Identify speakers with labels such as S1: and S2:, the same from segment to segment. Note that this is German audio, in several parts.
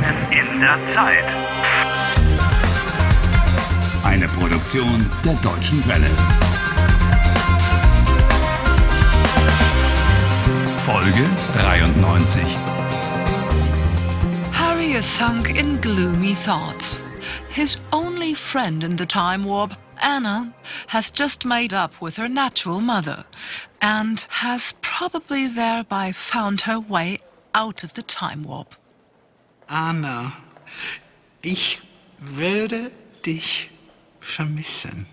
S1: der Zeit.
S2: Eine Produktion der Deutschen Welle. Folge 93.
S3: Harry is sunk in gloomy thoughts. His only friend in the time warp, Anna, has just made up with her natural mother and has probably thereby found her way out of the time warp.
S4: Anna, ich würde dich vermissen.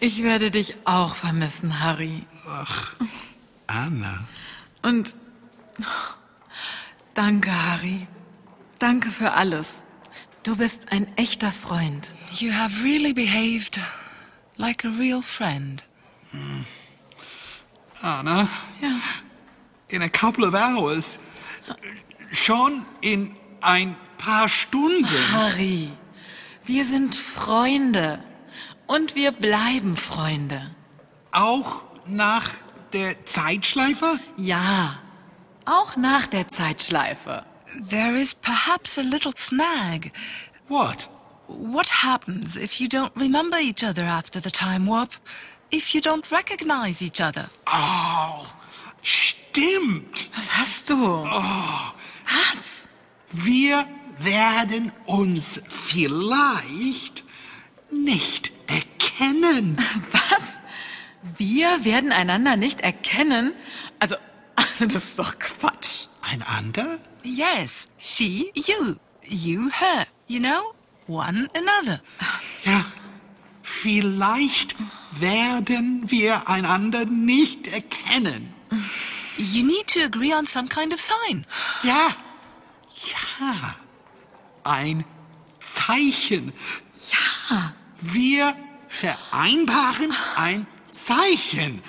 S5: Ich werde dich auch vermissen, Harry.
S4: Anna,
S5: Und danke, Harry. Danke für alles. Du bist ein echter Freund.
S3: You have really behaved like a real friend.
S4: Anna,
S5: Ja.
S4: in a couple of hours. Schon in ein paar Stunden.
S5: Harry, wir sind Freunde. Und wir bleiben Freunde.
S4: Auch nach der Zeitschleife?
S5: Ja. Auch nach der Zeitschleife.
S3: There is perhaps a little snag.
S4: What?
S3: What happens if you don't remember each other after the time warp? If you don't recognize each other?
S4: Oh, stimmt.
S5: Was hast du? Was?
S4: Wir werden uns vielleicht nicht erkennen.
S5: Was? Wir werden einander nicht erkennen? Also, also das ist doch Quatsch.
S4: Einander?
S3: Yes, she, you, you, her. You know, one another.
S4: Ja, vielleicht werden wir einander nicht erkennen.
S3: You need to agree on some kind of sign.
S4: Ja, ja, ein Zeichen.
S5: Ja.
S4: Wir vereinbaren ein Zeichen.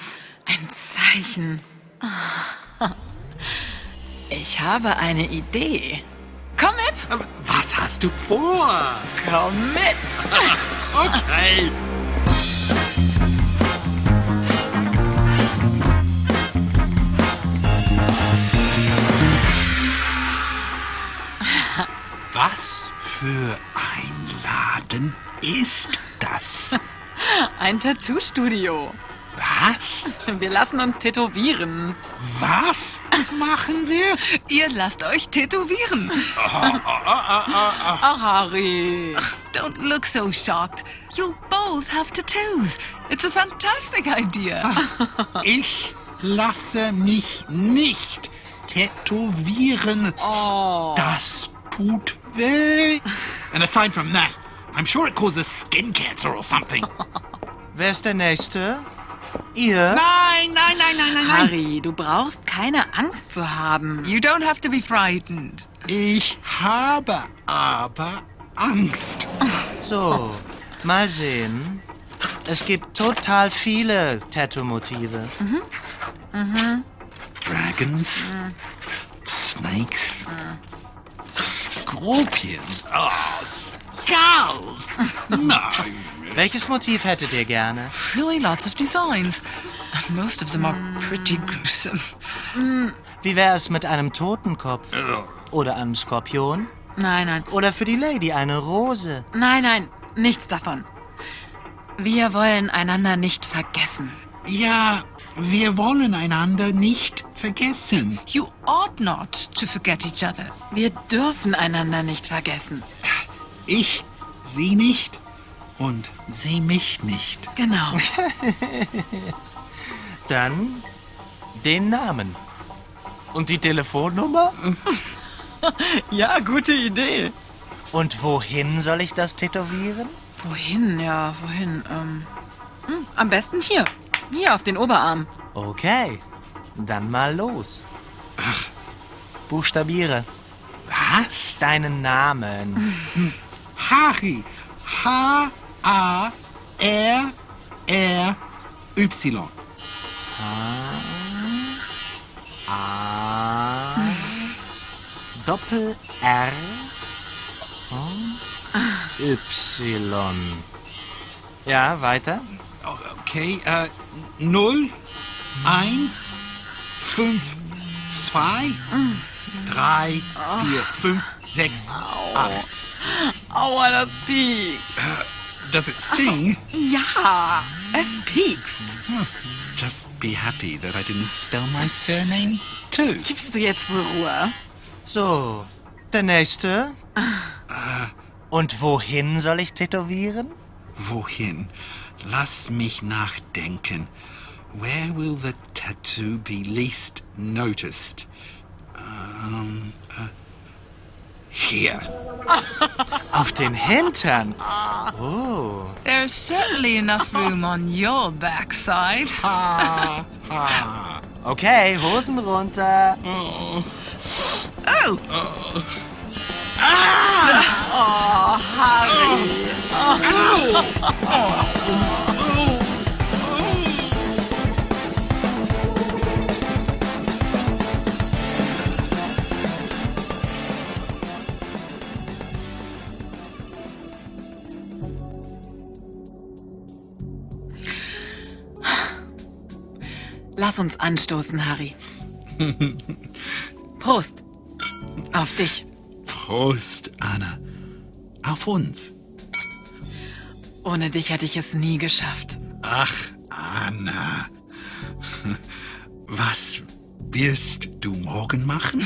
S5: Ein Zeichen. Ich habe eine Idee. Komm mit!
S4: Aber was hast du vor?
S5: Komm mit!
S4: Okay. Was für ein Laden ist das?
S5: Ein Tattoo-Studio.
S4: Was?
S5: Wir lassen uns tätowieren.
S4: Was machen wir?
S3: Ihr lasst euch tätowieren.
S5: Ach, Harry.
S3: Don't look so shocked. You'll both have tattoos. It's a fantastic idea.
S4: Ich lasse mich nicht tätowieren. Das tut weh. And aside from that, I'm sure it causes skin cancer or something.
S6: Wer ist der Nächste? Ihr?
S4: Nein, nein, nein, nein, nein, nein.
S5: Harry, du brauchst keine Angst zu haben.
S3: You don't have to be frightened.
S4: Ich habe aber Angst.
S6: So, mal sehen. Es gibt total viele Tattoo-Motive.
S4: Dragons, Snakes, Scorpions, oh, Skulls. Nein.
S6: Welches Motiv hättet ihr gerne?
S3: Really lots of designs. And most of them are pretty gruesome.
S6: Wie wäre es mit einem Totenkopf? Oder einem Skorpion?
S5: Nein, nein.
S6: Oder für die Lady eine Rose?
S5: Nein, nein. Nichts davon. Wir wollen einander nicht vergessen.
S4: Ja, wir wollen einander nicht vergessen.
S3: You ought not to forget each other.
S5: Wir dürfen einander nicht vergessen.
S4: Ich sie nicht und sie mich nicht.
S5: Genau.
S6: Dann den Namen. Und die Telefonnummer?
S5: Ja, gute Idee.
S6: Und wohin soll ich das tätowieren?
S5: Wohin, ja, wohin? Ähm, hm, am besten hier. Hier auf den Oberarm.
S6: Okay, dann mal los. Buchstabiere
S4: Was?
S6: deinen Namen.
S4: Harry. H-A-R-R-Y.
S6: A. Doppel R. Y. Ja, weiter.
S4: Oh, Okay, äh, 0, 1, 5, 2, 3, 4, 5, sechs, acht.
S5: Aua, das piekst.
S4: Does it sting?
S5: Ja, es piekst.
S4: Just be happy that I didn't spell my surname too.
S5: Gibst du jetzt wohl Ruhe?
S6: So, der nächste. Und wohin soll ich tätowieren?
S4: Wohin? Lass mich nachdenken. Where will the tattoo be least noticed? Um, uh, here.
S6: Auf den Hintern.
S3: There's certainly enough room on your backside.
S6: Okay, Hosen runter.
S5: Lass uns anstoßen, Harry. Prost. Auf dich.
S4: Prost, Anna. Auf uns.
S5: Ohne dich hätte ich es nie geschafft.
S4: Ach, Anna. Was wirst du morgen machen?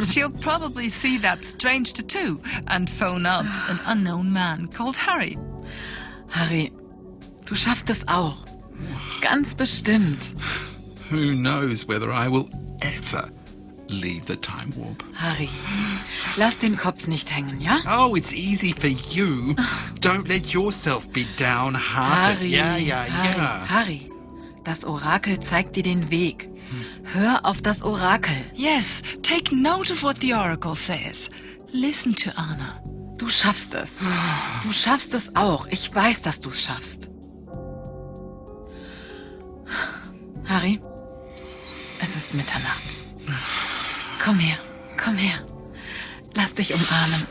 S3: She'll probably see that strange tattoo and phone up an unknown man called Harry.
S5: Harry, du schaffst es auch. Ganz bestimmt.
S4: Who knows whether I will ever leave the time warp?
S5: Harry, lass den Kopf nicht hängen, ja?
S4: Oh, it's easy for you. Don't let yourself be downhearted.
S5: Harry,
S4: yeah, yeah,
S5: Harry,
S4: yeah.
S5: Harry, das Orakel zeigt dir den Weg. Hör auf das Orakel.
S3: Yes, take note of what the oracle says. Listen to Anna.
S5: Du schaffst es. Du schaffst es auch. Ich weiß, dass du es schaffst. Harry, es ist Mitternacht. Komm her, komm her. Lass dich umarmen.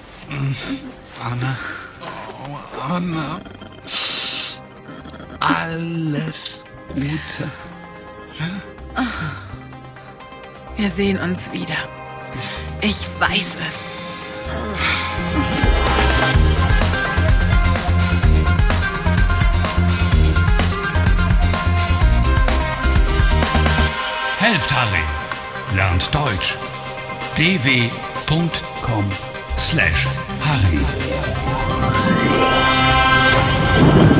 S4: Anna. Oh, Anna. Alles Gute.
S5: Wir sehen uns wieder. Ich weiß es.
S2: Helft Harry. Lernt Deutsch. dw.com/harry.